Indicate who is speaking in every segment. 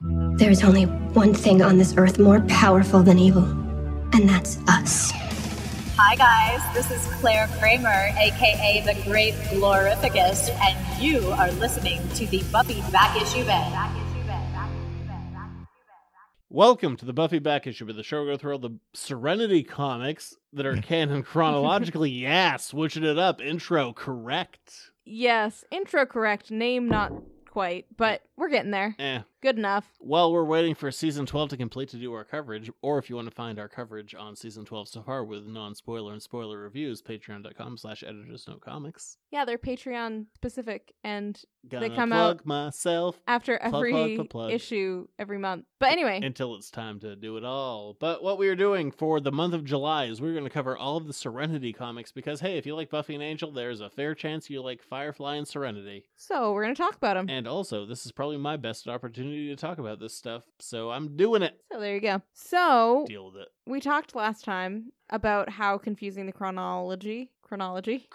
Speaker 1: There is only one thing on this earth more powerful than evil, and that's us.
Speaker 2: Hi, guys. This is Claire Kramer, aka the Great Glorificus, and you are listening to the Buffy Back Issue Bed.
Speaker 3: Welcome to the Buffy Back issue with the show where we go through all the Serenity comics that are canon chronologically. yeah, switching it up. Intro correct.
Speaker 4: Yes, intro correct, name not quite, but we're getting there.
Speaker 3: Eh.
Speaker 4: Good enough.
Speaker 3: While we're waiting for season 12 to complete to do our coverage, or if you want to find our coverage on season 12 so far with non spoiler and spoiler reviews, patreon.com slash editors no comics.
Speaker 4: Yeah, they're Patreon specific and
Speaker 3: Gonna
Speaker 4: come
Speaker 3: plug
Speaker 4: out-
Speaker 3: myself
Speaker 4: after
Speaker 3: Plug,
Speaker 4: every
Speaker 3: plug, plug, plug.
Speaker 4: issue every month. But anyway,
Speaker 3: until it's time to do it all. But what we are doing for the month of July is we're going to cover all of the Serenity comics because, hey, if you like Buffy and Angel, there's a fair chance you like Firefly and Serenity.
Speaker 4: so we're going to talk about them.
Speaker 3: And also, this is probably my best opportunity to talk about this stuff, so I'm doing it.
Speaker 4: so there you go. So
Speaker 3: Deal with it.
Speaker 4: we talked last time about how confusing the chronology chronology.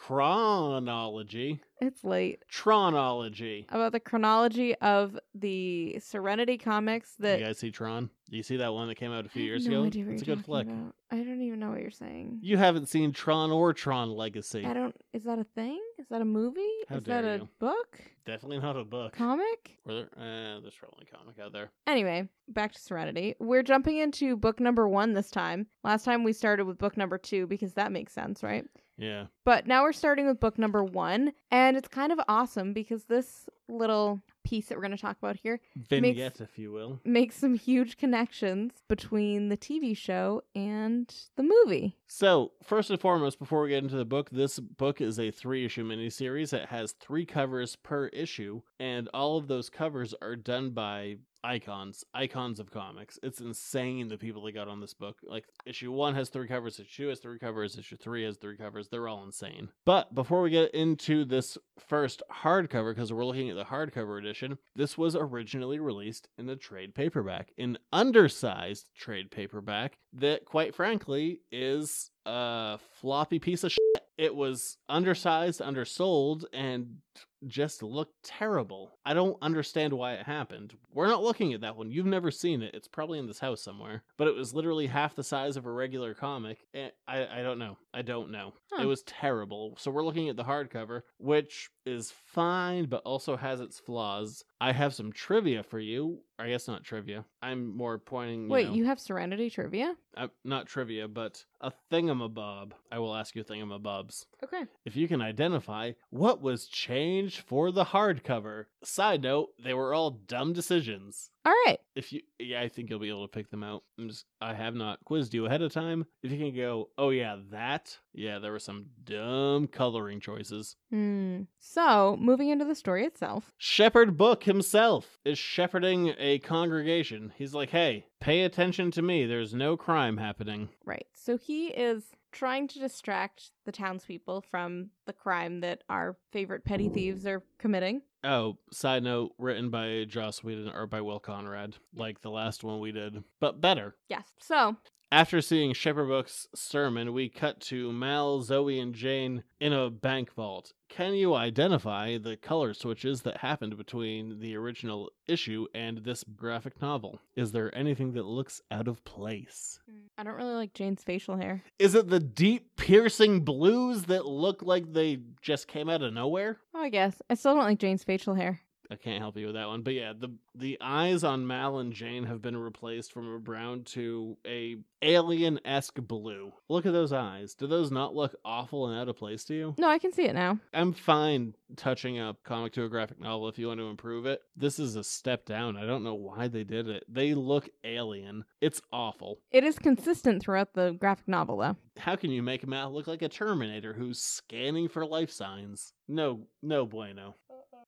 Speaker 3: Chronology.
Speaker 4: It's late.
Speaker 3: Tronology.
Speaker 4: About the chronology of the Serenity comics that
Speaker 3: you guys see Tron? Do you see that one that came out a few
Speaker 4: I have
Speaker 3: years
Speaker 4: no
Speaker 3: ago?
Speaker 4: idea what
Speaker 3: it's a
Speaker 4: you're
Speaker 3: good
Speaker 4: talking
Speaker 3: flick.
Speaker 4: about. I don't even know what you're saying.
Speaker 3: You haven't seen Tron or Tron Legacy.
Speaker 4: I don't is that a thing? Is that a movie?
Speaker 3: How
Speaker 4: is that
Speaker 3: dare
Speaker 4: a
Speaker 3: you.
Speaker 4: book?
Speaker 3: Definitely not a book.
Speaker 4: Comic?
Speaker 3: Were there? Eh, there's probably a comic out there.
Speaker 4: Anyway, back to Serenity. We're jumping into book number one this time. Last time we started with book number two because that makes sense, right?
Speaker 3: Yeah.
Speaker 4: But now we're starting with book number one, and it's kind of awesome because this little piece that we're going to talk about here
Speaker 3: Vignette, if you will.
Speaker 4: makes some huge connections between the TV show and the movie.
Speaker 3: So, first and foremost, before we get into the book, this book is a three issue miniseries. It has three covers per issue, and all of those covers are done by icons, icons of comics. It's insane the people they got on this book. Like, issue one has three covers, issue two has three covers, issue three has three covers. They're all insane. But before we get into this first hardcover, because we're looking at the hardcover edition, this was originally released in a trade paperback, an undersized trade paperback that, quite frankly, is a floppy piece of shit. It was undersized, undersold, and just looked terrible. I don't understand why it happened. We're not looking at that one. You've never seen it. It's probably in this house somewhere. But it was literally half the size of a regular comic. Eh, I I don't know. I don't know.
Speaker 4: Huh.
Speaker 3: It was terrible. So we're looking at the hardcover, which is fine, but also has its flaws. I have some trivia for you. I guess not trivia. I'm more pointing. You
Speaker 4: Wait,
Speaker 3: know,
Speaker 4: you have Serenity trivia?
Speaker 3: uh, not trivia, but a thingamabob. I will ask you thingamabobs.
Speaker 4: Okay.
Speaker 3: If you can identify what was changed for the hardcover. Side note, they were all dumb decisions.
Speaker 4: All right.
Speaker 3: If you, yeah, I think you'll be able to pick them out. I'm just, I have not quizzed you ahead of time. If you can go, oh yeah, that, yeah, there were some dumb coloring choices.
Speaker 4: Hmm. So, moving into the story itself.
Speaker 3: Shepherd Book himself is shepherding a congregation. He's like, hey, pay attention to me. There's no crime happening.
Speaker 4: Right. So he is trying to distract the townspeople from the crime that our favorite petty thieves are committing.
Speaker 3: Oh, side note, written by Joss Whedon or by Will Conrad, like the last one we did, but better.
Speaker 4: Yes. So,
Speaker 3: After seeing Shepherd Book's sermon, we cut to Mal, Zoe, and Jane in a bank vault. Can you identify the color switches that happened between the original issue and this graphic novel? Is there anything that looks out of place?
Speaker 4: I don't really like Jane's facial hair.
Speaker 3: Is it the deep, piercing blues that look like they just came out of nowhere?
Speaker 4: Oh, I guess. I still don't like Jane's facial hair.
Speaker 3: I can't help you with that one. But yeah, the the eyes on Mal and Jane have been replaced from a brown to a alien esque blue. Look at those eyes. Do those not look awful and out of place to you?
Speaker 4: No, I can see it now.
Speaker 3: I'm fine touching up comic to a graphic novel if you want to improve it. This is a step down. I don't know why they did it. They look alien. It's awful.
Speaker 4: It is consistent throughout the graphic novel, though.
Speaker 3: How can you make Mal look like a Terminator who's scanning for life signs? No, no bueno.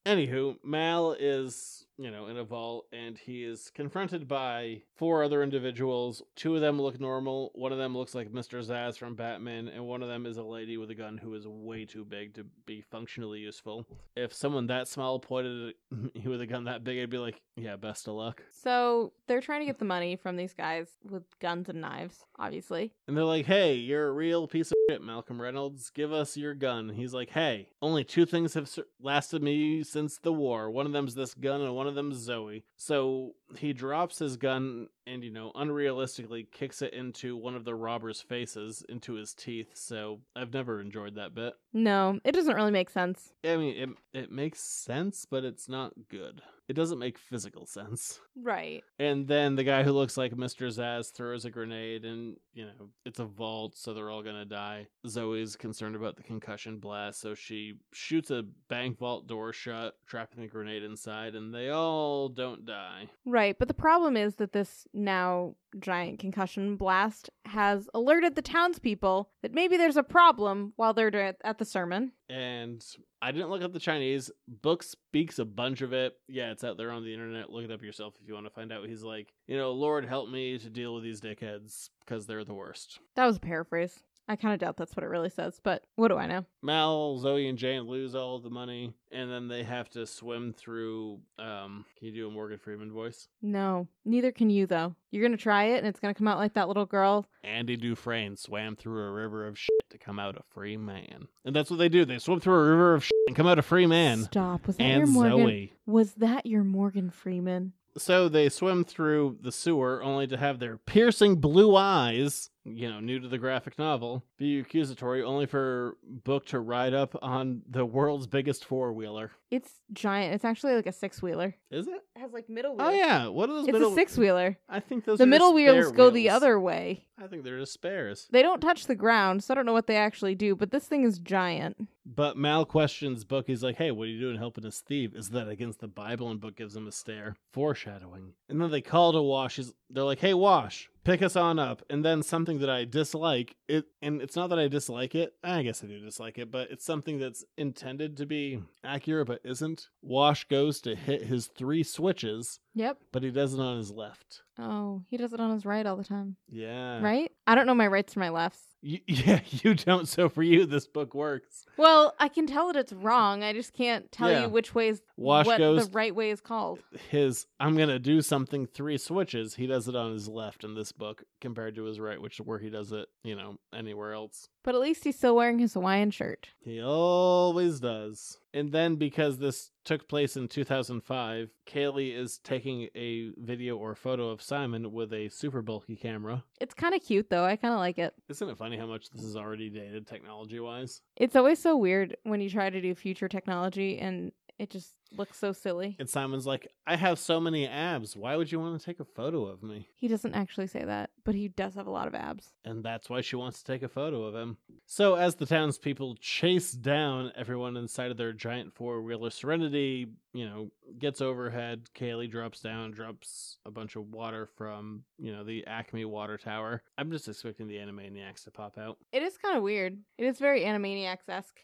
Speaker 3: Anywho, Mal is, you know, in a vault and he is confronted by four other individuals. Two of them look normal, one of them looks like Mr. Zaz from Batman, and one of them is a lady with a gun who is way too big to be functionally useful. If someone that small pointed at me with a gun that big, I'd be like, Yeah, best of luck.
Speaker 4: So they're trying to get the money from these guys with guns and knives, obviously.
Speaker 3: And they're like, hey, you're a real piece of shit, Malcolm Reynolds. Give us your gun. And he's like, hey, only two things have sur- lasted me since the war. One of them's this gun, and one of them's Zoe. So he drops his gun and, you know, unrealistically kicks it into one of the robber's faces, into his teeth. So I've never enjoyed that bit.
Speaker 4: No, it doesn't really make sense.
Speaker 3: I mean, it, it makes sense, but it's not good. It doesn't make physical sense.
Speaker 4: Right.
Speaker 3: And then the guy who looks like Mr. Zaz throws a grenade, and you know it's a vault, so they're all gonna die. Zoe's concerned about the concussion blast, so she shoots a bank vault door shut, trapping the grenade inside, and they all don't die.
Speaker 4: Right. But the problem is that this now giant concussion blast has alerted the townspeople that maybe there's a problem while they're doing- at the sermon.
Speaker 3: And I didn't look up the Chinese book speaks a bunch of it. Yeah, it's out there on the internet. Look it up yourself if you want to find out. He's like, you know, Lord help me to deal with these dickheads because they're the worst.
Speaker 4: That was a paraphrase. I kind of doubt that's what it really says, but what do I know?
Speaker 3: Mal, Zoe, and Jane lose all the money, and then they have to swim through. Um, can you do a Morgan Freeman voice?
Speaker 4: No, neither can you, though. You're going to try it, and it's going to come out like that little girl.
Speaker 3: Andy Dufresne swam through a river of shit to come out a free man, and that's what they do. They swim through a river of shit and come out a free man.
Speaker 4: Stop. Was that your
Speaker 3: And
Speaker 4: Morgan?
Speaker 3: Zoe.
Speaker 4: Was that your Morgan Freeman?
Speaker 3: So they swim through the sewer only to have their piercing blue eyes, you know, new to the graphic novel, be accusatory only for Book to ride up on the world's biggest four wheeler.
Speaker 4: It's giant. It's actually like a six wheeler.
Speaker 3: Is it?
Speaker 4: It has like middle
Speaker 3: Oh yeah. What are those
Speaker 4: It's
Speaker 3: middle
Speaker 4: a six wheeler.
Speaker 3: I think those
Speaker 4: The
Speaker 3: are
Speaker 4: middle
Speaker 3: just
Speaker 4: wheels
Speaker 3: spare
Speaker 4: go the
Speaker 3: wheels.
Speaker 4: other way.
Speaker 3: I think they're just spares.
Speaker 4: They don't touch the ground, so I don't know what they actually do, but this thing is giant.
Speaker 3: But Mal questions Book. He's like, hey, what are you doing helping us thieve? Is that against the Bible? And Book gives him a stare. Foreshadowing. And then they call to Wash. He's, they're like, hey, Wash, pick us on up. And then something that I dislike, it, and it's not that I dislike it. I guess I do dislike it, but it's something that's intended to be accurate, but isn't. Wash goes to hit his three switches,
Speaker 4: Yep.
Speaker 3: but he does it on his left.
Speaker 4: Oh, he does it on his right all the time.
Speaker 3: Yeah.
Speaker 4: Right? I don't know my rights from my lefts.
Speaker 3: You, yeah, you don't. So for you, this book works.
Speaker 4: Well, I can tell that it's wrong. I just can't tell
Speaker 3: Yeah.
Speaker 4: you which way is
Speaker 3: Wash
Speaker 4: what
Speaker 3: goes
Speaker 4: the right way is called.
Speaker 3: his I'm gonna do something three switches. He does it on his left in this book compared to his right, which where he does it, you know, anywhere else.
Speaker 4: But at least he's still wearing his Hawaiian shirt.
Speaker 3: He always does. And then because this took place in 2005, Kaylee is taking a video or photo of Simon with a super bulky camera.
Speaker 4: It's kind of cute though. I kind of like it.
Speaker 3: Isn't it funny how much this is already dated technology wise?
Speaker 4: It's always so weird when you try to do future technology and it just looks so silly.
Speaker 3: And Simon's like, I have so many abs. Why would you want to take a photo of me?
Speaker 4: He doesn't actually say that, but he does have a lot of abs.
Speaker 3: and that's why she wants to take a photo of him. So, as the townspeople chase down everyone inside of their giant four wheeler, Serenity, you know, gets overhead. Kaylee drops down, drops a bunch of water from, you know, the Acme water tower. I'm just expecting the Animaniacs to pop out.
Speaker 4: It is kind of weird. It is very Animaniacs esque.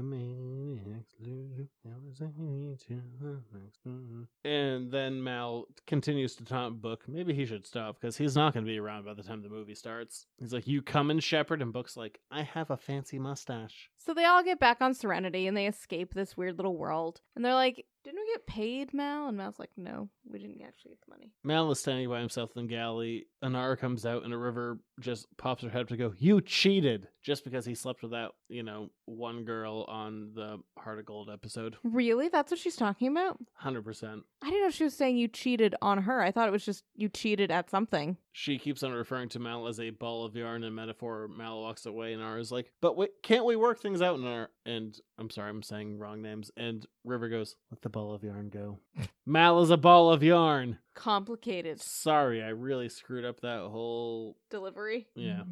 Speaker 3: Animaniacs, Lulu, Alexander, Alexander. And then Mal continues to taunt Book. Maybe he should stop because he's not going to be around by the time the movie starts. He's like, "You come in, Shepard," and Book's like, "I have a fancy mustache."
Speaker 4: So they all get back on Serenity and they escape this weird little world. And they're like, Didn't we get paid, Mal? And Mal's like, No, we didn't actually get the money.
Speaker 3: Mal is standing by himself in the galley. Anara comes out, and a river just pops her head up to go, "You cheated!" Just because he slept with that, you know, one girl on the Heart of Gold episode.
Speaker 4: Really? That's what she's talking about?
Speaker 3: Hundred percent.
Speaker 4: I didn't know she was saying you cheated on her. I thought it was just you cheated at something.
Speaker 3: she keeps on referring to Mal as a ball of yarn and metaphor. Mal walks away, and Nara's like, "But wait, can't we work things out?" And our and I'm sorry, I'm saying wrong names. And River goes, "Let the ball of yarn go." Mal is a ball of yarn.
Speaker 4: Complicated
Speaker 3: Sorry, I really screwed up that whole
Speaker 4: delivery.
Speaker 3: yeah.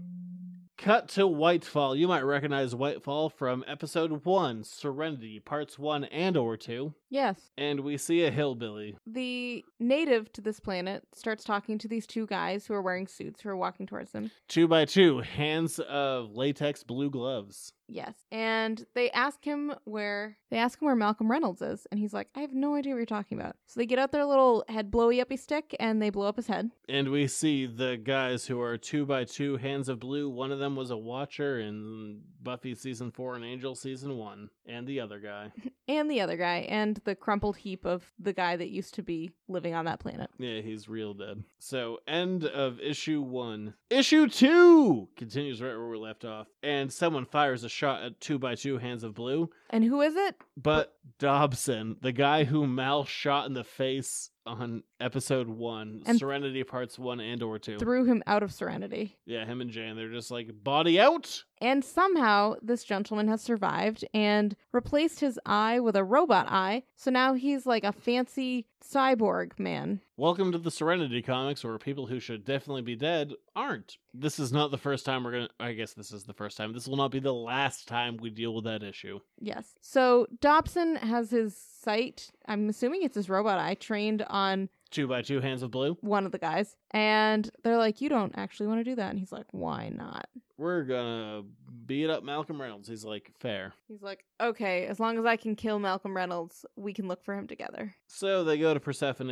Speaker 3: Cut to Whitefall. You might recognize Whitefall from episode one, Serenity, parts one and or two.
Speaker 4: Yes.
Speaker 3: And we see a hillbilly.
Speaker 4: the native to this planet starts talking to these two guys who are wearing suits who are walking towards him.
Speaker 3: Two by two, hands of latex blue gloves.
Speaker 4: Yes. And they ask him where they ask him where Malcolm Reynolds is, and he's like, I have no idea what you're talking about. So they get out their little head blowy uppy stick and they blow up his head.
Speaker 3: And we see the guys who are two by two, hands of blue. One of them was a watcher in Buffy season four and Angel season one, and the other guy.
Speaker 4: And the other guy, and the crumpled heap of the guy that used to be living on that planet.
Speaker 3: Yeah, he's real dead. So, end of issue one. Issue two continues right where we left off, and someone fires a shot at two by two, hands of blue.
Speaker 4: And who is it?
Speaker 3: But Dobson, the guy who Mal shot in the face on episode one,
Speaker 4: And-
Speaker 3: Serenity parts one and or two.
Speaker 4: Threw him out of serenity.
Speaker 3: yeah, him and Jan, they're just like body out.
Speaker 4: And somehow this gentleman has survived and replaced his eye with a robot eye. So now he's like a fancy cyborg man.
Speaker 3: Welcome to the Serenity comics, where people who should definitely be dead aren't. This is not the first time we're gonna. I guess this is the first time. This will not be the last time we deal with that issue.
Speaker 4: Yes. So Dobson has his sight, I'm assuming it's his robot eye, trained on
Speaker 3: Two by two, hands of blue.
Speaker 4: one of the guys. And they're like, You don't actually want to do that. And he's like, Why not?
Speaker 3: We're gonna beat up Malcolm Reynolds. He's like, fair.
Speaker 4: He's like, Okay, as long as I can kill Malcolm Reynolds, we can look for him together.
Speaker 3: So they go to Persephone,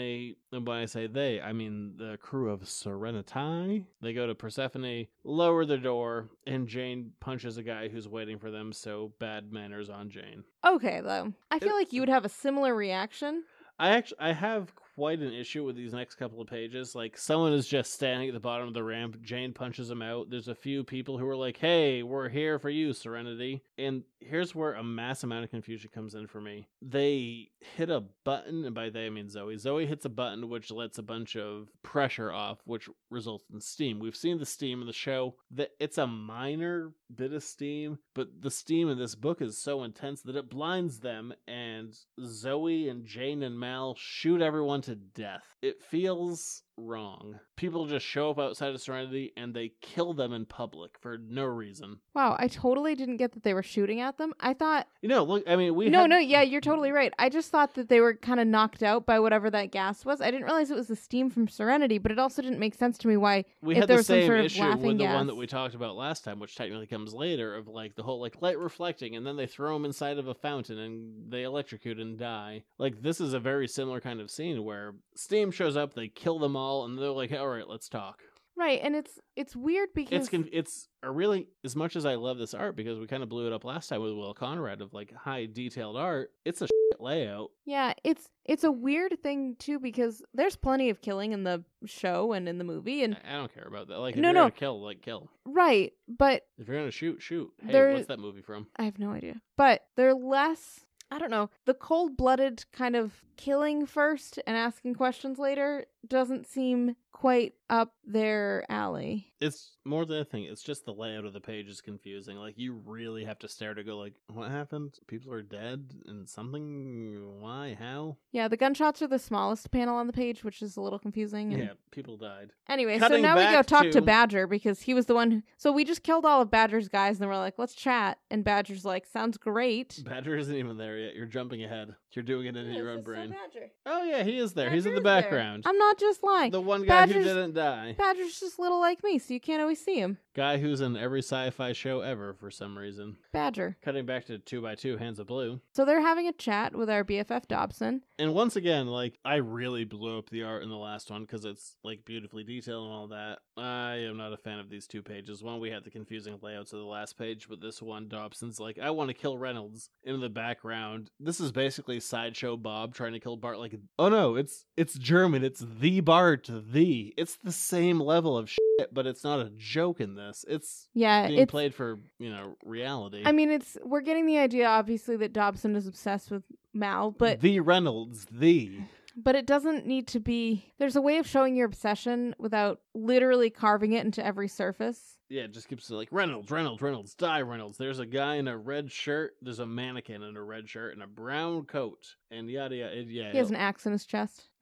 Speaker 3: and when I say they, I mean the crew of Serenity. They go to Persephone, lower the door, and Jane punches a guy who's waiting for them, so bad manners on Jane.
Speaker 4: Okay, though. I feel like you would have a similar reaction.
Speaker 3: I actually I have quite an issue with these next couple of pages. Like someone is just standing at the bottom of the ramp. Jane punches him out. There's a few people who are like, "Hey, we're here for you, Serenity." And here's where a mass amount of confusion comes in for me. They hit a button, and by they I mean Zoe. Zoe hits a button which lets a bunch of pressure off, which results in steam. We've seen the steam in the show. That it's a minor bit of steam, but the steam in this book is so intense that it blinds them, and Zoe and Jane and Mal shoot everyone to death. It feels wrong. People just show up outside of Serenity and they kill them in public for no reason.
Speaker 4: Wow, I totally didn't get that they were shooting at them. I thought
Speaker 3: You know, look, I mean, we
Speaker 4: no,
Speaker 3: had-
Speaker 4: no, yeah, you're totally right. I just thought that they were kind of knocked out by whatever that gas was. I didn't realize it was the steam from Serenity, but it also didn't make sense to me why.
Speaker 3: we
Speaker 4: if
Speaker 3: had
Speaker 4: there
Speaker 3: the
Speaker 4: was some
Speaker 3: same
Speaker 4: sort of
Speaker 3: issue with
Speaker 4: laughing
Speaker 3: the one
Speaker 4: gas.
Speaker 3: that we talked about last time, which technically comes later, of like the whole like light reflecting, and then they throw them inside of a fountain and they electrocute and die. Like this is a very similar kind of scene where Steam shows up, they kill them all, and they're like, "All right, let's talk."
Speaker 4: Right, and it's it's weird because
Speaker 3: It's con- it's a really as much as I love this art because we kind of blew it up last time with Will Conrad of like high detailed art. It's a shit layout.
Speaker 4: yeah, it's it's a weird thing too because there's plenty of killing in the show and in the movie and
Speaker 3: I I don't care about that. Like if
Speaker 4: Mm. No,
Speaker 3: you're
Speaker 4: no.
Speaker 3: gonna kill, like kill.
Speaker 4: right, but
Speaker 3: If you're gonna shoot, shoot. Hey,
Speaker 4: There-
Speaker 3: what's that movie from?
Speaker 4: I have no idea. But they're less I don't know. The cold blooded kind of killing first and asking questions later doesn't seem quite up their alley.
Speaker 3: it's more than a thing. It's just the layout of the page is confusing. Like you really have to stare to go like, what happened? People are dead and something. Why? How?
Speaker 4: Yeah, the gunshots are the smallest panel on the page, which is a little confusing. and-
Speaker 3: Yeah, people died.
Speaker 4: Anyway,
Speaker 3: Cutting
Speaker 4: so now we go
Speaker 3: back
Speaker 4: talk to...
Speaker 3: to-
Speaker 4: Badger because he was the one. Who... So we just killed all of Badger's guys, and then we're like, let's chat. And Badger's like, sounds great.
Speaker 3: Badger isn't even there yet. You're jumping ahead. You're doing it in your own brain.
Speaker 4: Badger.
Speaker 3: oh yeah, he is there. He's in
Speaker 4: Badger
Speaker 3: the
Speaker 4: is there.
Speaker 3: background.
Speaker 4: I'm not just lying.
Speaker 3: The one guy
Speaker 4: Badger's-
Speaker 3: who didn't die.
Speaker 4: Badger's just little like me, so you can't always see him.
Speaker 3: Guy who's in every sci-fi show ever for some reason.
Speaker 4: Badger.
Speaker 3: Cutting back to two by two, hands of blue.
Speaker 4: So they're having a chat with our BFF Dobson.
Speaker 3: And once again, like I really blew up the art in the last one because it's like beautifully detailed and all that. I am not a fan of these two pages. One, we had the confusing layouts of the last page, but this one, Dobson's like, I want to kill Reynolds. In the background, this is basically sideshow Bob trying to kill Bart. Like, oh no, it's it's German. It's the Bart. The it's the same level of shit, but it's not a joke in this. It's
Speaker 4: Yeah,
Speaker 3: being
Speaker 4: Uh, it's.
Speaker 3: played for you know reality.
Speaker 4: I mean, it's we're getting the idea, obviously, that Dobson is obsessed with Mal, but
Speaker 3: the Reynolds, the
Speaker 4: But it doesn't need to be. There's a way of showing your obsession without literally carving it into every surface.
Speaker 3: Yeah, it just keeps like Reynolds, Reynolds, Reynolds, die Reynolds. There's a guy in a red shirt. There's a mannequin in a red shirt and a brown coat, and yada yada. and yeah,
Speaker 4: He has an axe in his chest.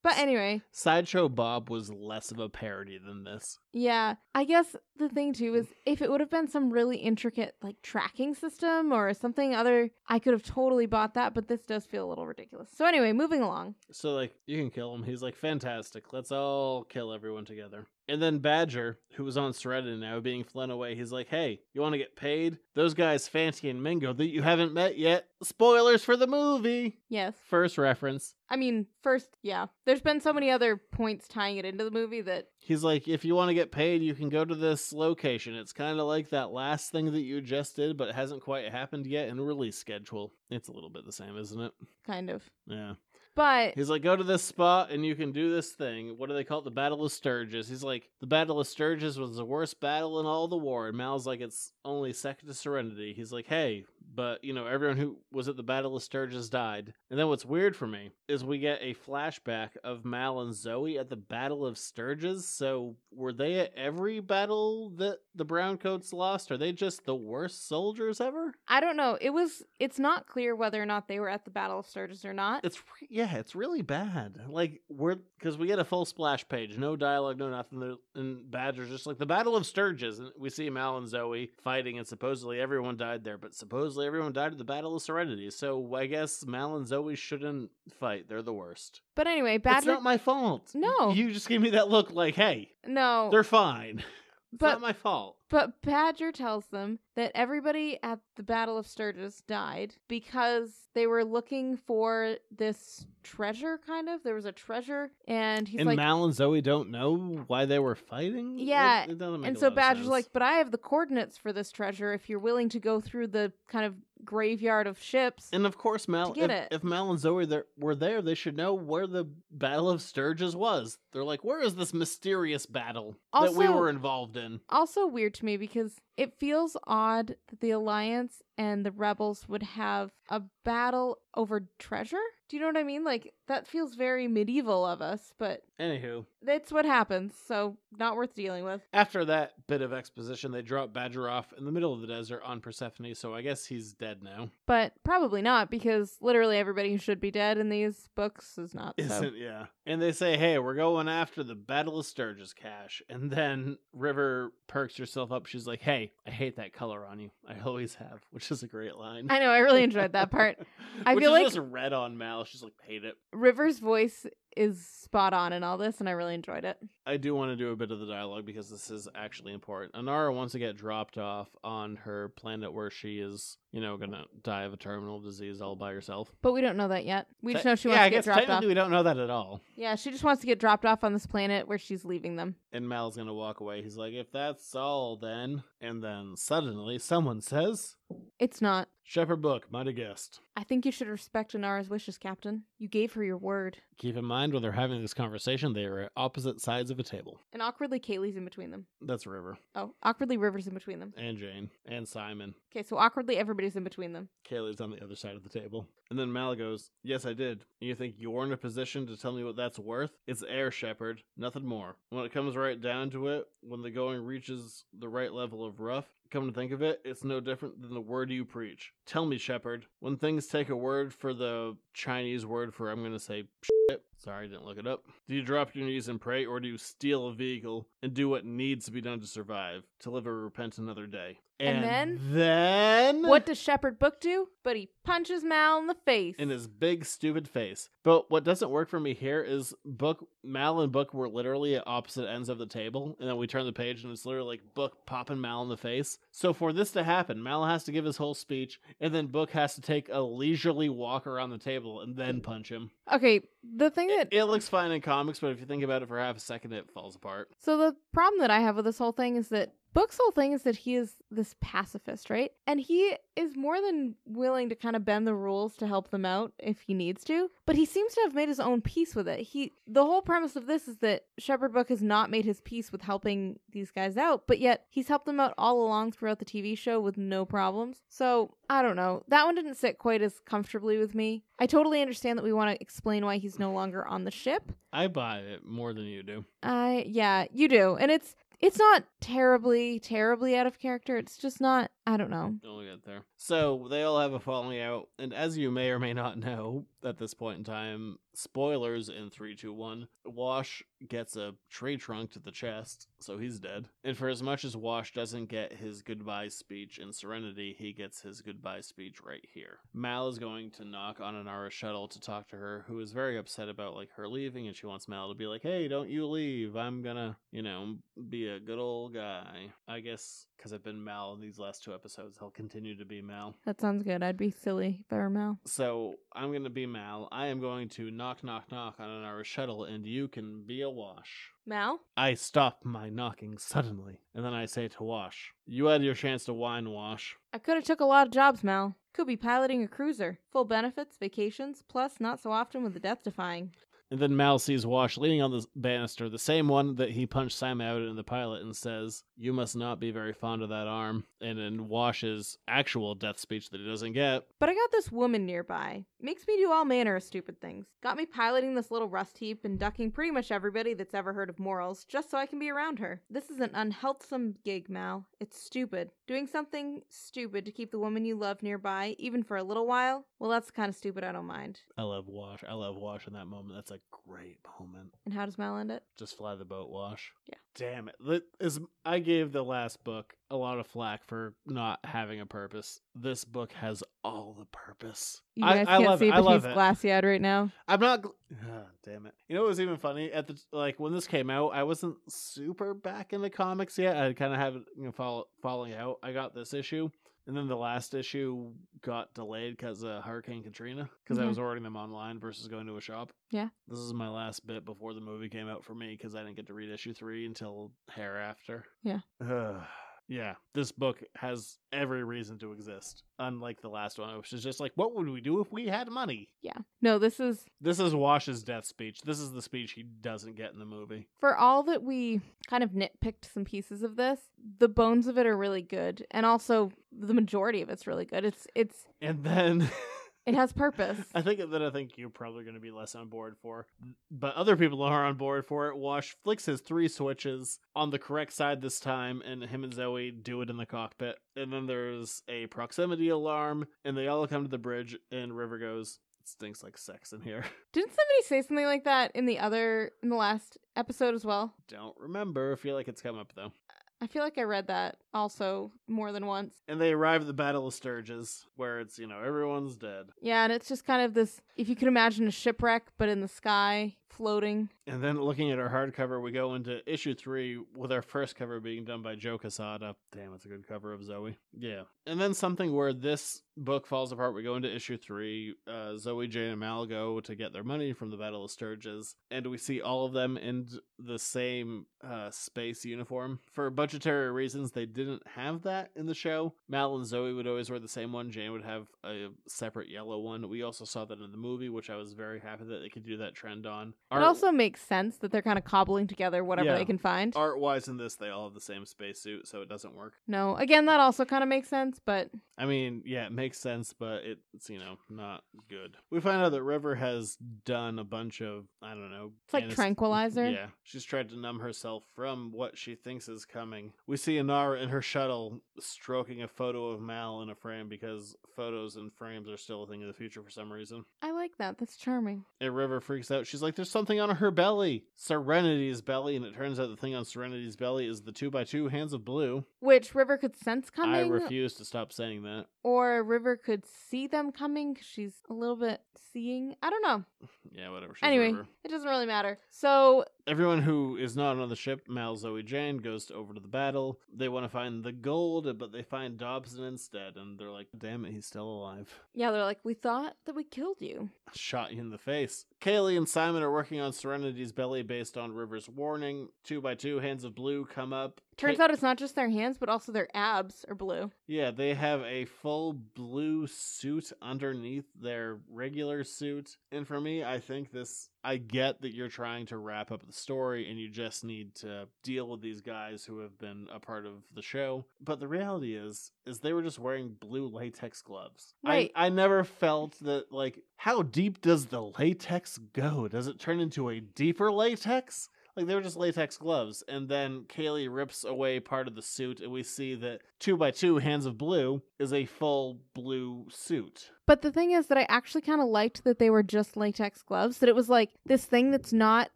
Speaker 4: But anyway,
Speaker 3: Sideshow Bob was less of a parody than this.
Speaker 4: yeah. I guess the thing too is if it would have been some really intricate like tracking system or something other, I could have totally bought that, but this does feel a little ridiculous. So anyway, moving along.
Speaker 3: So like, you can kill him. He's like, fantastic. Let's all kill everyone together. And then Badger, who was on Serenity now, being flown away, he's like, "Hey, you want to get paid? Those guys, Fancy and Mingo, that you haven't met yet. Spoilers for the movie."
Speaker 4: Yes.
Speaker 3: First reference.
Speaker 4: I mean, first, yeah. There's been so many other points tying it into the movie that
Speaker 3: He's like, "If you want to get paid, you can go to this location. It's kind of like that last thing that you just did, but it hasn't quite happened yet in release schedule. It's a little bit the same, isn't it?"
Speaker 4: kind of.
Speaker 3: Yeah.
Speaker 4: But
Speaker 3: He's like, go to this spot and you can do this thing. What do they call it? The Battle of Sturgis. He's like, the Battle of Sturgis was the worst battle in all the war. And Mal's like, it's only second to Serenity. He's like, hey, but you know, everyone who was at the Battle of Sturgis died. And then what's weird for me is we get a flashback of Mal and Zoe at the Battle of Sturgis. So were they at every battle that the Browncoats lost? Are they just the worst soldiers ever?
Speaker 4: I don't know. It was. It's not clear whether or not they were at the Battle of Sturgis or not.
Speaker 3: It's re- yeah, it's really bad. Like we're because we get a full splash page, no dialogue, no nothing. There- And Badger's just like the Battle of Sturgis, and we see Mal and Zoe fighting, and supposedly everyone died there, but supposedly everyone died at the Battle of Serenity. So I guess Mal and Zoe shouldn't fight. They're the worst.
Speaker 4: But anyway,
Speaker 3: That's
Speaker 4: Badger.
Speaker 3: not my fault.
Speaker 4: No.
Speaker 3: you just gave me that look like, hey,
Speaker 4: no,
Speaker 3: they're fine. It's
Speaker 4: but
Speaker 3: not my fault.
Speaker 4: But Badger tells them that everybody at the Battle of Sturgis died because they were looking for this treasure, kind of. There was a treasure, and he's
Speaker 3: and
Speaker 4: like,
Speaker 3: Mal and Zoe don't know why they were fighting.
Speaker 4: Yeah,
Speaker 3: it, it doesn't make
Speaker 4: and
Speaker 3: a
Speaker 4: so
Speaker 3: lot of
Speaker 4: Badger's
Speaker 3: sense.
Speaker 4: like, but I have the coordinates for this treasure if you're willing to go through the kind of graveyard of ships.
Speaker 3: And of course, Mal, if,
Speaker 4: get it.
Speaker 3: if Mal and Zoe there, were there, they should know where the Battle of Sturgis was. They're like, where is this mysterious battle that we
Speaker 4: Also-
Speaker 3: were involved in?
Speaker 4: also weird to me because it feels odd that the Alliance and the Rebels would have a battle over treasure. Do you know what I mean? Like, that feels very medieval of us, but
Speaker 3: Anywho,
Speaker 4: That's what happens, so not worth dealing with.
Speaker 3: after that bit of exposition, they drop Badger off in the middle of the desert on Persephone, so I guess he's dead now.
Speaker 4: But probably not, because literally everybody who should be dead in these books is not. so.
Speaker 3: Isn't yeah. And they say, "Hey, we're going after the Battle of Sturgis cash." And then River perks herself up. She's like, "Hey, I hate that color on you. I always have," which is a great line.
Speaker 4: I know, I really enjoyed that part. I
Speaker 3: Which
Speaker 4: feel
Speaker 3: is
Speaker 4: like-
Speaker 3: just red on Mal. She's like, "Hate it."
Speaker 4: River's voice is spot on in all this, and I really enjoyed it.
Speaker 3: I do want to do a bit of the dialogue because this is actually important. Anara wants to get dropped off on her planet where she is, you know, gonna die of a terminal disease all by herself.
Speaker 4: But we don't know that yet. We just
Speaker 3: Te-
Speaker 4: know she
Speaker 3: yeah,
Speaker 4: wants
Speaker 3: I
Speaker 4: to get
Speaker 3: guess
Speaker 4: dropped off.
Speaker 3: technically we don't know that at all.
Speaker 4: Yeah, she just wants to get dropped off on this planet where she's leaving them.
Speaker 3: And Mal's gonna walk away. He's like, "If that's all, then." And then suddenly, someone says,
Speaker 4: It's not.
Speaker 3: "Shepherd Book, might have guessed."
Speaker 4: I think you should respect Inara's wishes, Captain. You gave her your word.
Speaker 3: Keep in mind when they're having this conversation, they are at opposite sides of a table.
Speaker 4: And awkwardly, Kaylee's in between them.
Speaker 3: That's River
Speaker 4: Oh, awkwardly, River's in between them.
Speaker 3: and Jane and Simon.
Speaker 4: Okay, so awkwardly, everybody's in between them.
Speaker 3: Kaylee's on the other side of the table. And then Mal goes, Yes, I did. And you think you're in a position to tell me what that's worth? It's air, Shepard. Nothing more. When it comes right down to it, when the going reaches the right level of rough, come to think of it, it's no different than the word you preach. Tell me, Shepard, when things take a word for the Chinese word for, I'm going to say, shit. Sorry, I didn't look it up. Do you drop your knees and pray, or do you steal a vehicle and do what needs to be done to survive, to live or repent another day?
Speaker 4: And
Speaker 3: then
Speaker 4: What does Shepherd Book do? But he punches Mal in the face.
Speaker 3: in his big stupid face. But what doesn't work for me here is Book Mal and Book were literally at opposite ends of the table, and then we turn the page and it's literally like Book popping Mal in the face. So for this to happen, Mal has to give his whole speech, and then Book has to take a leisurely walk around the table and then punch him.
Speaker 4: okay, the thing
Speaker 3: It,
Speaker 4: that
Speaker 3: it looks fine in comics, but if you think about it for half a second, it falls apart.
Speaker 4: so the problem that I have with this whole thing is that Book's whole thing is that he is this pacifist, right? And he is more than willing to kind of bend the rules to help them out if he needs to. But he seems to have made his own peace with it. He the whole premise of this is that Shepherd Book has not made his peace with helping these guys out, but yet he's helped them out all along throughout the TV show with no problems. So I don't know. That one didn't sit quite as comfortably with me. I totally understand that we want to explain why he's no longer on the ship,
Speaker 3: I buy it more than you do.
Speaker 4: I yeah, you do. And it's it's not terribly terribly out of character. It's just not I don't know.
Speaker 3: We'll get there. So they all have a falling out, and as you may or may not know, at this point in time, Spoilers in 321. Wash gets a tree trunk to the chest, so he's dead. And for as much as Wash doesn't get his goodbye speech in Serenity, he gets his goodbye speech right here. Mal is going to knock on Anara's shuttle to talk to her, who is very upset about like her leaving, and she wants Mal to be like, "Hey, don't you leave. I'm gonna, you know, be a good old guy." I guess because I've been Mal in these last two episodes, he'll continue to be Mal.
Speaker 4: That sounds good. I'd be silly if I were Mal.
Speaker 3: So I'm gonna be Mal. I am going to knock, knock, knock on Anara's shuttle, and you can be a Wash.
Speaker 4: Mal?
Speaker 3: I stop my knocking suddenly, and then I say to Wash, "You had your chance to wine wash."
Speaker 4: I could have took a lot of jobs, Mal. Could be piloting a cruiser. Full benefits, vacations, plus not so often with the death defying.
Speaker 3: And then Mal sees Wash leaning on the banister, the same one that he punched Sam out in the pilot, and says, You must not be very fond of that arm. And in Wash's actual death speech that he doesn't get,
Speaker 4: But I got this woman nearby. Makes me do all manner of stupid things. Got me piloting this little rust heap and ducking pretty much everybody that's ever heard of morals just so I can be around her. This is an unhealthsome gig, Mal. It's stupid. Doing something stupid to keep the woman you love nearby, even for a little while, well, that's the kind of stupid I don't mind.
Speaker 3: I love Wash. I love Wash in that moment. That's a great moment.
Speaker 4: And how does Mal end it?
Speaker 3: Just fly the boat, Wash.
Speaker 4: Yeah.
Speaker 3: Damn it. Th- Is I gave the last book a lot of flack for not having a purpose. This book has all the purpose.
Speaker 4: You
Speaker 3: I,
Speaker 4: guys
Speaker 3: I
Speaker 4: can't
Speaker 3: love
Speaker 4: see,
Speaker 3: it. I
Speaker 4: but
Speaker 3: love
Speaker 4: he's
Speaker 3: it.
Speaker 4: glassy eyed right now.
Speaker 3: I'm not. Gl- Ah, damn it! You know what was even funny at the t- like when this came out, I wasn't super back into comics yet. I kind of had you know fall, falling out. I got this issue, and then the last issue got delayed because of Hurricane Katrina because I
Speaker 4: Mhm.
Speaker 3: was ordering them online versus going to a shop.
Speaker 4: Yeah.
Speaker 3: this is my last bit before the movie came out for me because I didn't get to read issue three until hair after.
Speaker 4: Yeah.
Speaker 3: Ugh. Yeah, this book has every reason to exist, unlike the last one, which is just like, what would we do if we had money?
Speaker 4: Yeah. No, this is
Speaker 3: This is Wash's death speech. This is the speech he doesn't get in the movie.
Speaker 4: for all that we kind of nitpicked some pieces of this, the bones of it are really good, and also the majority of it's really good. It's it's
Speaker 3: And then
Speaker 4: it has purpose.
Speaker 3: I think that I think you're probably going to be less on board for, but other people are on board for it. Wash flicks his three switches on the correct side this time, and him and Zoe do it in the cockpit. And then there's a proximity alarm, and they all come to the bridge. And River goes, "It stinks like sex in here."
Speaker 4: Didn't somebody say something like that in the other in the last episode as well?
Speaker 3: Don't remember. feel like it's come up though.
Speaker 4: I feel like I read that also more than once.
Speaker 3: And they arrive at the Battle of Sturges, where it's you know everyone's dead.
Speaker 4: Yeah, and it's just kind of this if you could imagine a shipwreck but in the sky floating.
Speaker 3: And then looking at our hardcover, we go into issue three with our first cover being done by Joe Casada. Damn, it's a good cover of Zoe. Yeah. And then something where this book falls apart. We go into issue three. Uh, Zoe, Jane, and Mal go to get their money from the Battle of Sturges. And we see all of them in the same uh, space uniform. For budgetary reasons, they didn't have that in the show. Mal and Zoe would always wear the same one. Jane would have a separate yellow one. We also saw that in the movie, which I was very happy that they could do that trend on.
Speaker 4: it
Speaker 3: Art-
Speaker 4: also makes sense that they're kind of cobbling together whatever
Speaker 3: Yeah.
Speaker 4: they can find.
Speaker 3: art wise in this they all have the same spacesuit so it doesn't work
Speaker 4: no, again, that also kind of makes sense, but
Speaker 3: i mean yeah it makes sense but it's you know not good we find out that river has done a bunch of i don't know
Speaker 4: It's like tranquilizer.
Speaker 3: yeah she's tried to numb herself from what she thinks is coming we see inara in her shuttle stroking a photo of mal in a frame because photos and frames are still a thing of the future for some reason
Speaker 4: I like that. That's charming.
Speaker 3: and River freaks out. She's like, "There's something on her belly, Serenity's belly." And it turns out the thing on Serenity's belly is the two by two hands of blue.
Speaker 4: Which River could sense coming,
Speaker 3: I refuse to stop saying that.
Speaker 4: or River could see them coming 'cause she's a little bit seeing. I don't know.
Speaker 3: Yeah, whatever. She's
Speaker 4: anyway,
Speaker 3: River.
Speaker 4: it doesn't really matter. So
Speaker 3: everyone who is not on the ship, Mal, Zoe, Jane, goes to- over to the battle. They want to find the gold, but they find Dobson instead, and they're like, "Damn it, he's still alive."
Speaker 4: yeah, they're like, we thought that we killed you.
Speaker 3: Shot you in the face. Kaylee and Simon are working on Serenity's belly based on River's warning. Two by two, hands of blue come up.
Speaker 4: Turns
Speaker 3: Ka-
Speaker 4: out it's not just their hands, but also their abs are blue.
Speaker 3: Yeah, they have a full blue suit underneath their regular suit. And for me, I think this I get that you're trying to wrap up the story and you just need to deal with these guys who have been a part of the show. But the reality is is they were just wearing blue latex gloves.
Speaker 4: Right.
Speaker 3: I I never felt that like how deep does the latex go? Does it turn into a deeper latex? Like they were just latex gloves. And then Kaylee rips away part of the suit, and we see that two by two hands of blue is a full blue suit.
Speaker 4: But the thing is that I actually kind of liked that they were just latex gloves. That it was like this thing that's not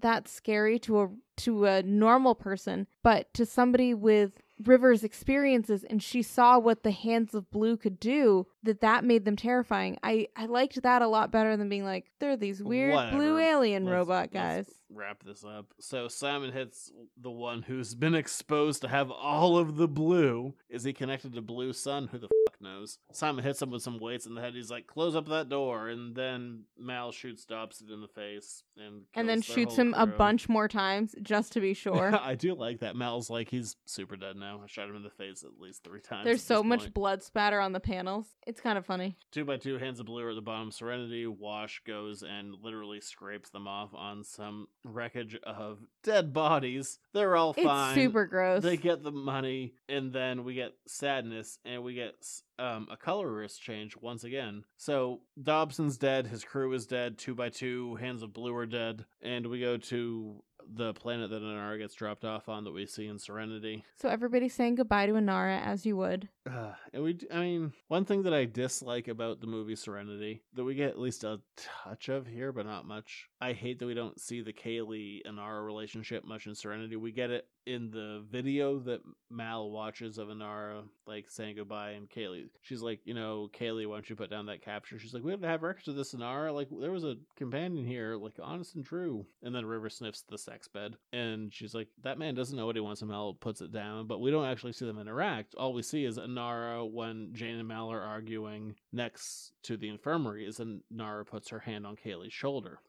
Speaker 4: that scary to a to a normal person, but to somebody with River's experiences and she saw what the hands of blue could do, that that made them terrifying. I I liked that a lot better than being like they're these weird
Speaker 3: Whatever.
Speaker 4: blue alien
Speaker 3: Let's-
Speaker 4: robot guys.
Speaker 3: let's wrap this up. So Simon hits the one who's been exposed to have all of the blue. Is he connected to Blue Sun? Who the fuck knows? Simon hits him with some weights in the head. He's like, "Close up that door," and then Mal shoots Dobson in the face and
Speaker 4: and then
Speaker 3: kills their
Speaker 4: shoots
Speaker 3: whole
Speaker 4: him a
Speaker 3: crew.
Speaker 4: bunch more times just to be sure.
Speaker 3: I do like that. Mal's like, he's super dead now. I shot him in the face at least three times.
Speaker 4: There's
Speaker 3: at
Speaker 4: so
Speaker 3: this
Speaker 4: much
Speaker 3: point.
Speaker 4: blood spatter on the panels. It's kind of funny.
Speaker 3: two by two hands of blue are at the bottom. Serenity Wash goes and literally scrapes them off on some wreckage of dead bodies. They're all fine.
Speaker 4: It's super gross.
Speaker 3: They get the money, and then we get sadness, and we get s- um, a colorist change once again. So Dobson's dead, his crew is dead, two by two, hands of blue are dead, and we go to the planet that Anara gets dropped off on that we see in Serenity.
Speaker 4: so everybody's saying goodbye to Inara as you would.
Speaker 3: Uh, and we, d- I mean, one thing that I dislike about the movie Serenity that we get at least a touch of here, but not much. I hate that we don't see the Kaylee and Anara relationship much in Serenity. We get it in the video that Mal watches of Anara like saying goodbye, and Kaylee, she's like, you know, Kaylee, why don't you put down that capture? She's like, we didn't have records of this Anara. Like, there was a companion here, like honest and true. And then River sniffs the sex bed, and she's like, that man doesn't know what he wants, and Mal puts it down. But we don't actually see them interact. All we see is Anara when Jane and Mal are arguing next to the infirmary. Is Anara puts her hand on Kaylee's shoulder.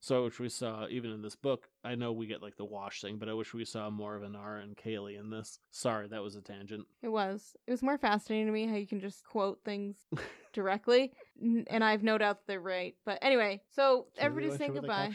Speaker 3: So, which we saw even in this book. I know we get like the wash thing, but I wish we saw more of Anara and Kaylee in this. Sorry, that was a tangent.
Speaker 4: It was. It was more fascinating to me how you can just quote things directly, N- and I have no doubt that they're right. But anyway, so everybody's saying goodbye.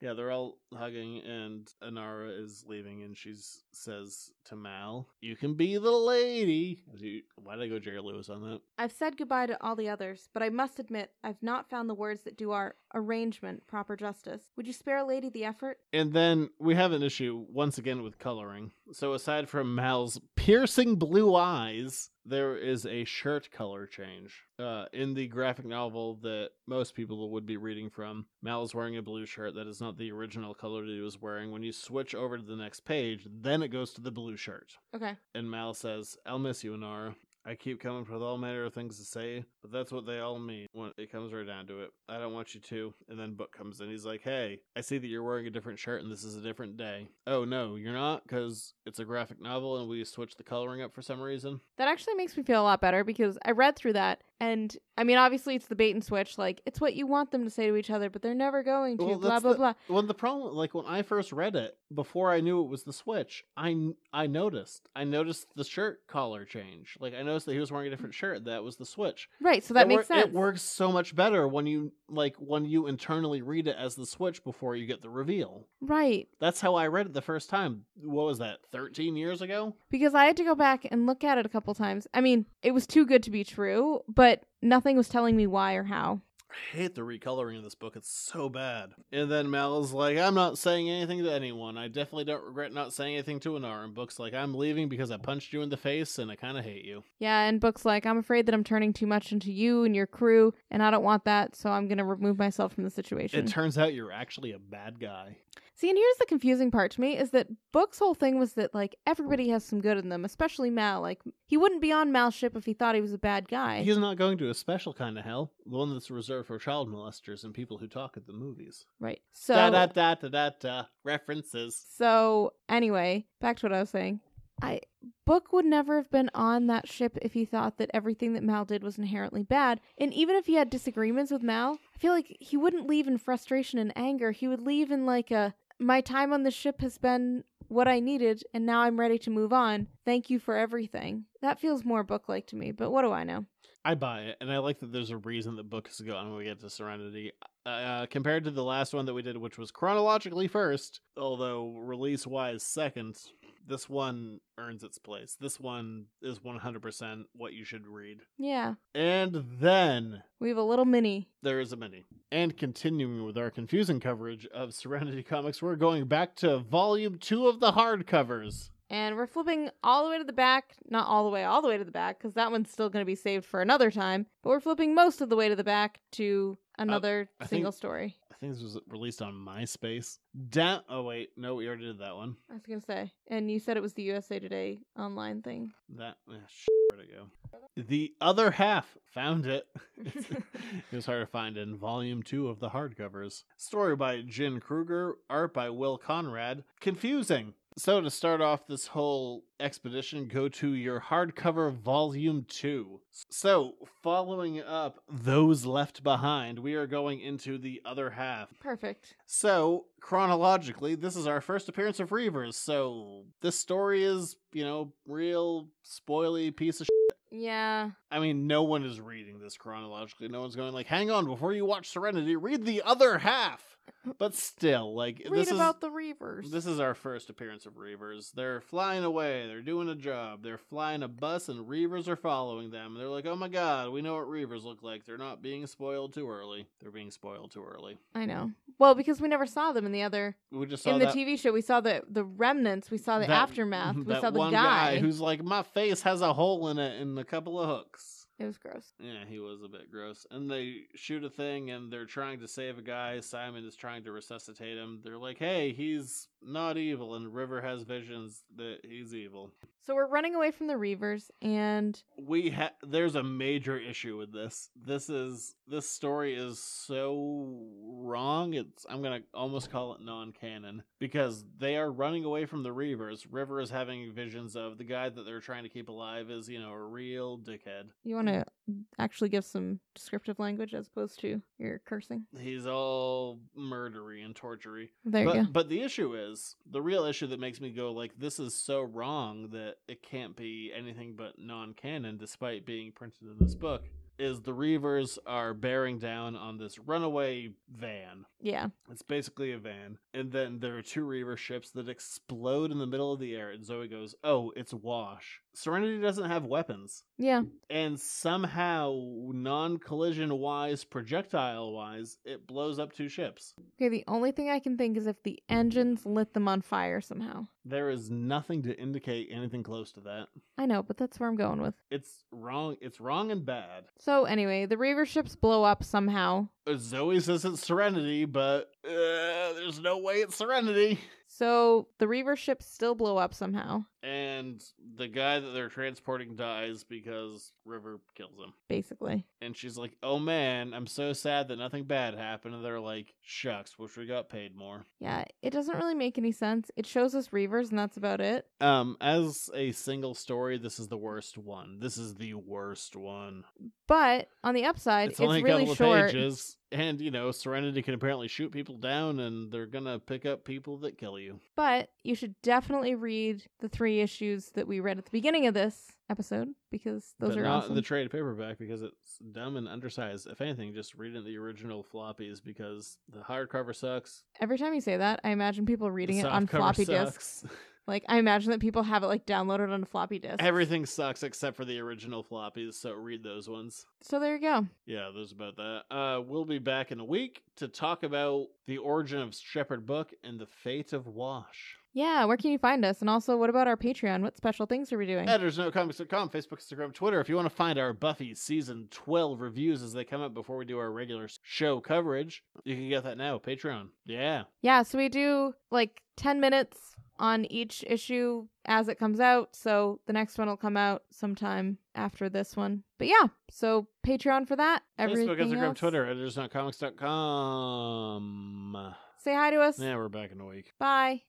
Speaker 3: Yeah, they're all hugging, and Anara is leaving, and she says to Mal, "You can be the lady." You- Why did I go Jerry Lewis on that?
Speaker 4: I've said goodbye to all the others, but I must admit I've not found the words that do our arrangement proper justice. Would you spare a lady the effort?
Speaker 3: And then we have an issue once again with coloring. So aside from Mal's piercing blue eyes, there is a shirt color change. Uh, in the graphic novel that most people would be reading from, Mal is wearing a blue shirt that is not the original color that he was wearing. When you switch over to the next page, then it goes to the blue shirt.
Speaker 4: Okay.
Speaker 3: And Mal says, I'll miss you, Inara. I keep coming up with all manner of things to say, but that's what they all mean when it comes right down to it. I don't want you to. And then Book comes in. He's like, Hey, I see that you're wearing a different shirt and this is a different day. Oh, no, you're not? Because it's a graphic novel and we switched the coloring up for some reason.
Speaker 4: That actually makes me feel a lot better because I read through that, and I mean, obviously, it's the bait and switch. Like, it's what you want them to say to each other, but they're never going to,
Speaker 3: Well,
Speaker 4: blah,
Speaker 3: that's
Speaker 4: blah,
Speaker 3: the-
Speaker 4: blah.
Speaker 3: Well, the problem, like when I first read it, before I knew it was the Switch, I kn- I noticed. I noticed the shirt collar change. Like I noticed that he was wearing a different shirt. That was the Switch.
Speaker 4: Right, so that
Speaker 3: it
Speaker 4: makes
Speaker 3: wor-
Speaker 4: sense.
Speaker 3: It works so much better when you like when you internally read it as the switch before you get the reveal.
Speaker 4: Right.
Speaker 3: That's how I read it the first time. What was that? Thirteen years ago.
Speaker 4: because I had to go back and look at it a couple times. I mean, it was too good to be true, but nothing was telling me why or how.
Speaker 3: I hate the recoloring of this book. It's so bad. And then Mal is like, "I'm not saying anything to anyone. I definitely don't regret not saying anything to Anar." And Book's like, "I'm leaving because I punched you in the face, and I kind of hate you."
Speaker 4: Yeah, and books like I'm afraid that I'm turning too much into you and your crew, and I don't want that, so I'm going to remove myself from the situation.
Speaker 3: It turns out you're actually a bad guy.
Speaker 4: See, and here's the confusing part to me is that Book's whole thing was that like everybody has some good in them, especially Mal. Like he wouldn't be on Mal's ship if he thought he was a bad guy.
Speaker 3: He's not going to a special kind of hell, the one that's reserved for child molesters and people who talk at the movies.
Speaker 4: right. So
Speaker 3: da da da da da da references.
Speaker 4: So anyway, back to what I was saying. I Book would never have been on that ship if he thought that everything that Mal did was inherently bad. And even if he had disagreements with Mal, I feel like he wouldn't leave in frustration and anger. He would leave in like a my time on the ship has been what I needed and now I'm ready to move on. Thank you for everything. That feels more book like to me, but what do I know?
Speaker 3: I buy it, and I like that there's a reason the book is gone when we get to Serenity. Uh, compared to the last one that we did, which was chronologically first, although release wise second, this one earns its place. This one is 100% what you should read.
Speaker 4: Yeah.
Speaker 3: And then
Speaker 4: We have a little mini.
Speaker 3: there is a mini. And continuing with our confusing coverage of Serenity Comics, we're going back to volume two of the hardcovers.
Speaker 4: And we're flipping all the way to the back, not all the way, all the way to the back, because that one's still going to be saved for another time. But we're flipping most of the way to the back to another
Speaker 3: Uh, I
Speaker 4: single
Speaker 3: think-
Speaker 4: story.
Speaker 3: I think this was released on MySpace. Down. Oh wait, no, we already did that one.
Speaker 4: I was going to say. And you said it was the USA Today online thing.
Speaker 3: That ah, shit, where'd it go? The other half found it. it was hard to find in volume two of the hardcovers. Story by Jin Kruger, art by Will Conrad. Confusing. So to start off this whole expedition, go to your hardcover volume two. So following up those left behind, we are going into the other half.
Speaker 4: Perfect.
Speaker 3: So, chronologically, this is our first appearance of Reavers, so this story is, you know, real spoily piece of shit.
Speaker 4: Yeah.
Speaker 3: I mean, no one is reading this chronologically. No one's going like, "Hang on, before you watch Serenity, read the other half." But still, like
Speaker 4: Read
Speaker 3: this is
Speaker 4: about the Reavers.
Speaker 3: this is our first appearance of Reavers. They're flying away. They're doing a job. They're flying a bus, and Reavers are following them. They're like, "Oh my god, we know what Reavers look like. They're not being spoiled too early. They're being spoiled too early."
Speaker 4: I know. Well, because we never saw them in the other
Speaker 3: We just saw
Speaker 4: in the
Speaker 3: that-
Speaker 4: TV show. We saw the the remnants. We saw the
Speaker 3: that-
Speaker 4: aftermath. We
Speaker 3: that
Speaker 4: saw the
Speaker 3: one
Speaker 4: guy.
Speaker 3: who's like, my face has a hole in it and a couple of hooks.
Speaker 4: It was gross.
Speaker 3: Yeah, he was a bit gross. And they shoot a thing and they're trying to save a guy. Simon is trying to resuscitate him. They're like, hey, he's not evil. And River has visions that he's evil.
Speaker 4: So we're running away from the Reavers, and
Speaker 3: We ha- there's a major issue with this. This is this story is so wrong. It's I'm gonna almost call it non-canon because they are running away from the Reavers. River is having visions of the guy that they're trying to keep alive is you know a real dickhead.
Speaker 4: you want to actually give some descriptive language as opposed to your cursing.
Speaker 3: He's all murdery and tortury.
Speaker 4: There
Speaker 3: but
Speaker 4: you go.
Speaker 3: but the issue is the real issue that makes me go like this is so wrong that it can't be anything but non-canon despite being printed in this book is the reavers are bearing down on this runaway van
Speaker 4: Yeah.
Speaker 3: it's basically a van and then there are two reaver ships that explode in the middle of the air and zoe goes oh it's wash serenity doesn't have weapons
Speaker 4: Yeah.
Speaker 3: and somehow non-collision wise projectile wise it blows up two ships
Speaker 4: Okay. The only thing I can think is if the engines lit them on fire somehow.
Speaker 3: There is nothing to indicate anything close to that.
Speaker 4: I know, but that's where I'm going with.
Speaker 3: It's wrong. It's wrong and bad.
Speaker 4: So anyway, the Reaver ships blow up somehow.
Speaker 3: Uh, Zoe says it's Serenity, but uh, there's no way it's Serenity.
Speaker 4: So the Reaver ships still blow up somehow,
Speaker 3: And the guy that they're transporting dies because River kills him.
Speaker 4: basically.
Speaker 3: And she's like, "Oh man, I'm so sad that nothing bad happened." And they're like, "Shucks, wish we got paid more."
Speaker 4: Yeah, it doesn't really make any sense. It shows us Reavers, and that's about it.
Speaker 3: Um, as a single story, this is the worst one. This is the worst one.
Speaker 4: But on the upside,
Speaker 3: it's
Speaker 4: it's,
Speaker 3: only a
Speaker 4: really
Speaker 3: couple
Speaker 4: short.
Speaker 3: of pages and you know serenity can apparently shoot people down and they're gonna pick up people that kill you
Speaker 4: But you should definitely read the three issues that we read at the beginning of this episode because those
Speaker 3: but
Speaker 4: are
Speaker 3: not
Speaker 4: awesome.
Speaker 3: the trade paperback because it's dumb and undersized if anything just read it in the original floppies because the hardcover sucks
Speaker 4: Every time you say that, I imagine people reading
Speaker 3: the
Speaker 4: it on
Speaker 3: softcover
Speaker 4: floppy disks.
Speaker 3: sucks.
Speaker 4: Like I imagine that people have it like downloaded on a floppy disk.
Speaker 3: everything sucks except for the original floppies so read those ones
Speaker 4: So there you go.
Speaker 3: Yeah, there's about that. Uh, we'll be back in a week to talk about the origin of Shepherd Book and the fate of Wash.
Speaker 4: Yeah, where can you find us? And also, what about our Patreon? What special things are we doing?
Speaker 3: Editors Note Comics.com, Facebook, Instagram, Twitter. If you want to find our Buffy season 12 reviews as they come up before we do our regular show coverage, you can get that now. Patreon. Yeah.
Speaker 4: Yeah, so we do like 10 minutes on each issue as it comes out. So the next one will come out sometime after this one. But yeah, so Patreon for that.
Speaker 3: Facebook,
Speaker 4: Everything
Speaker 3: Instagram,
Speaker 4: else.
Speaker 3: Twitter, editors.comics.com.
Speaker 4: Say hi to us.
Speaker 3: Yeah, we're back in a week.
Speaker 4: Bye.